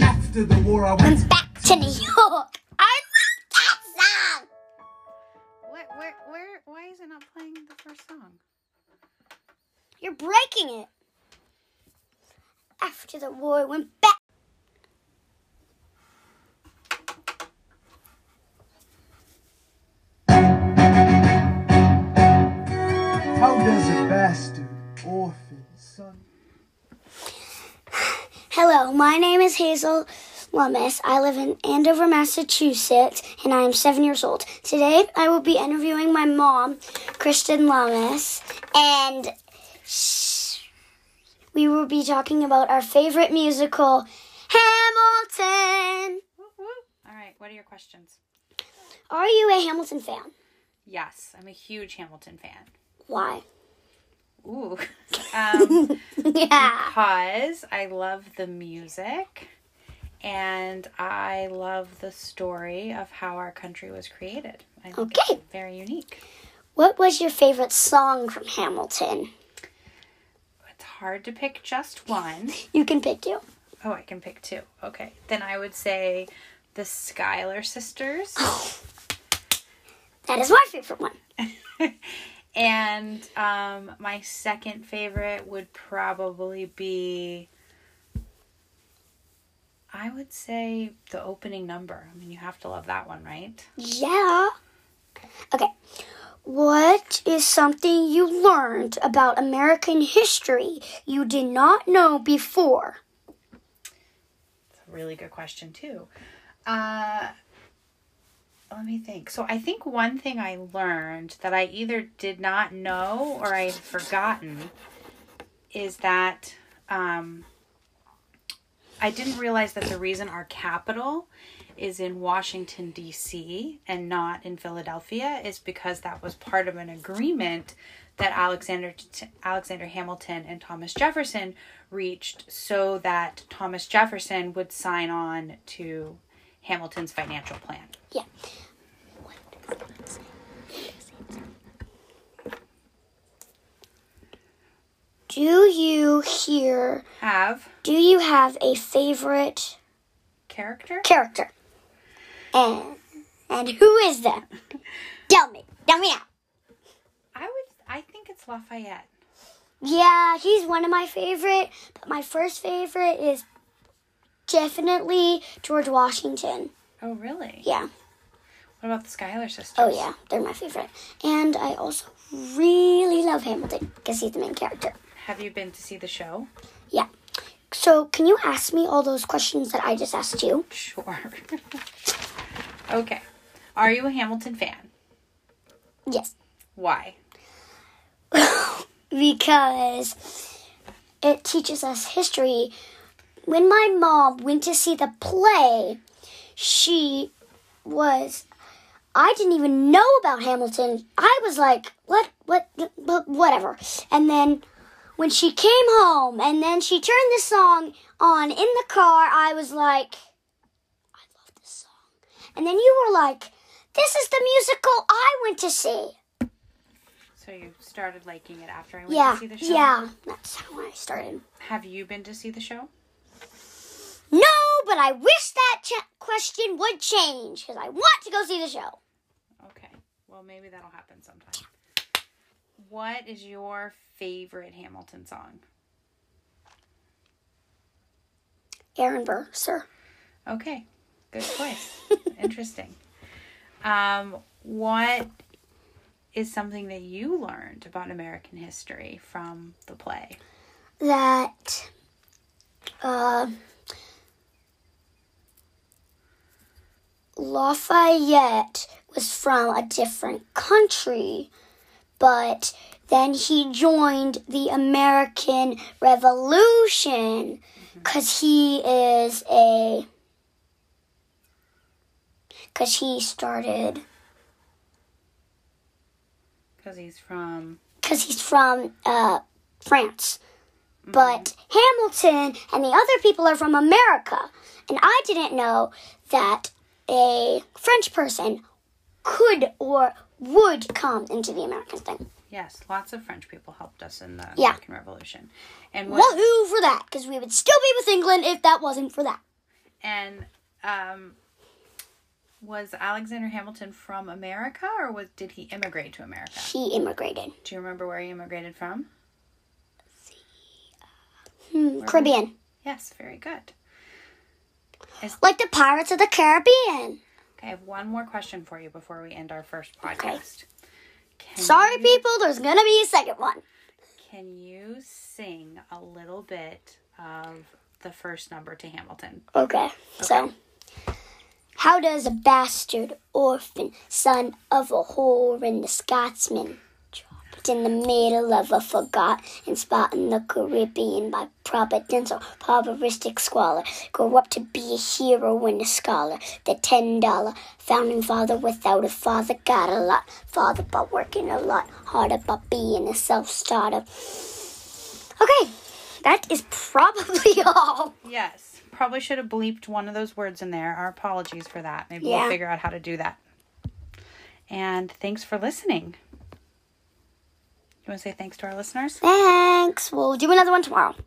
After the war, I I'm went. back to New York. I love that song. What, where, where, why is it not playing the first song? You're breaking it. After the war, I went back. How does a bastard, orphan, son? Hello, my name is Hazel Lummis. I live in Andover, Massachusetts, and I am seven years old. Today, I will be interviewing my mom, Kristen Lummis, and sh- we will be talking about our favorite musical, Hamilton. Whoop, whoop. All right, what are your questions? Are you a Hamilton fan? Yes, I'm a huge Hamilton fan. Why? Ooh. Um, Yeah. because I love the music and I love the story of how our country was created. I think it's Okay. very unique. What was your favorite song from Hamilton? It's hard to pick just one. You can pick two. Oh, I can pick two. Okay. Then I would say the Schuyler sisters. That is my favorite one. and um, my second favorite would probably be, I would say, the opening number. I mean, you have to love that one, right? Yeah. Okay. What is something you learned about American history you did not know before? It's a really good question, too. Uh, let me think. So, I think one thing I learned that I either did not know or I had forgotten is that um, I didn't realize that the reason our capital is in Washington, D.C., and not in Philadelphia is because that was part of an agreement that Alexander, Alexander Hamilton and Thomas Jefferson reached so that Thomas Jefferson would sign on to Hamilton's financial plan. Yeah. Do you hear Have do you have a favorite character? character? And and who is that? Tell me. Tell me now. I would I think it's Lafayette. Yeah, he's one of my favorite, but my first favorite is definitely George Washington. Oh, really? Yeah. What about the Schuyler sisters? Oh yeah, they're my favorite. And I also really love Hamilton because he's the main character. Have you been to see the show? Yeah. So, can you ask me all those questions that I just asked you? Sure. okay. Are you a Hamilton fan? Yes. Why? Because it teaches us history. When my mom went to see the play, she was I didn't even know about Hamilton. I was like, what, what, wh- whatever. And then when she came home and then she turned the song on in the car, I was like, I love this song. And then you were like, this is the musical I went to see. So you started liking it after I went Yeah, to see the show? yeah, that's how I started. Have you been to see the show? No, but I wish that ch- question would change because I want to go see the show. Okay. Well, maybe that'll happen sometime. What is your favorite Hamilton song? Aaron Burr, sir. Okay. Good choice. Interesting. Um, what is something that you learned about American history from the play? that uh, Lafayette was from a different country, but then he joined the American Revolution because he is a. Because he started. Because he's from. because he's from uh, France. But Hamilton and the other people are from America. And I didn't know that a French person could or would come into the American thing. Yes, lots of French people helped us in the Yeah. American Revolution. And what, Woohoo for that, because we would still be with England if that wasn't for that. and um, was Alexander Hamilton from America, or was did he immigrate to America? He immigrated. Do you remember where he immigrated from? Hmm, Caribbean. Yes, very good. Like the Pirates of the Caribbean. Okay, I have one more question for you before we end our first podcast. Can Sorry, people, there's gonna be a second one. Can you sing a little bit of the first number to Hamilton? Okay, so. How does a bastard orphan, son of a whore and a Scotsman, dropped in the middle of a forgotten spot in the Caribbean by providence or pauperistic squalor, grow up to be a hero and a scholar? The ten dollar founding father without a father got a lot farther by working a lot harder by being a self starter. Okay, that is probably all. Yes. Probably should have bleeped one of those words in there. Our apologies for that. Maybe Yeah. we'll figure out how to do that. And thanks for listening. You want to say thanks to our listeners? Thanks. We'll do another one tomorrow.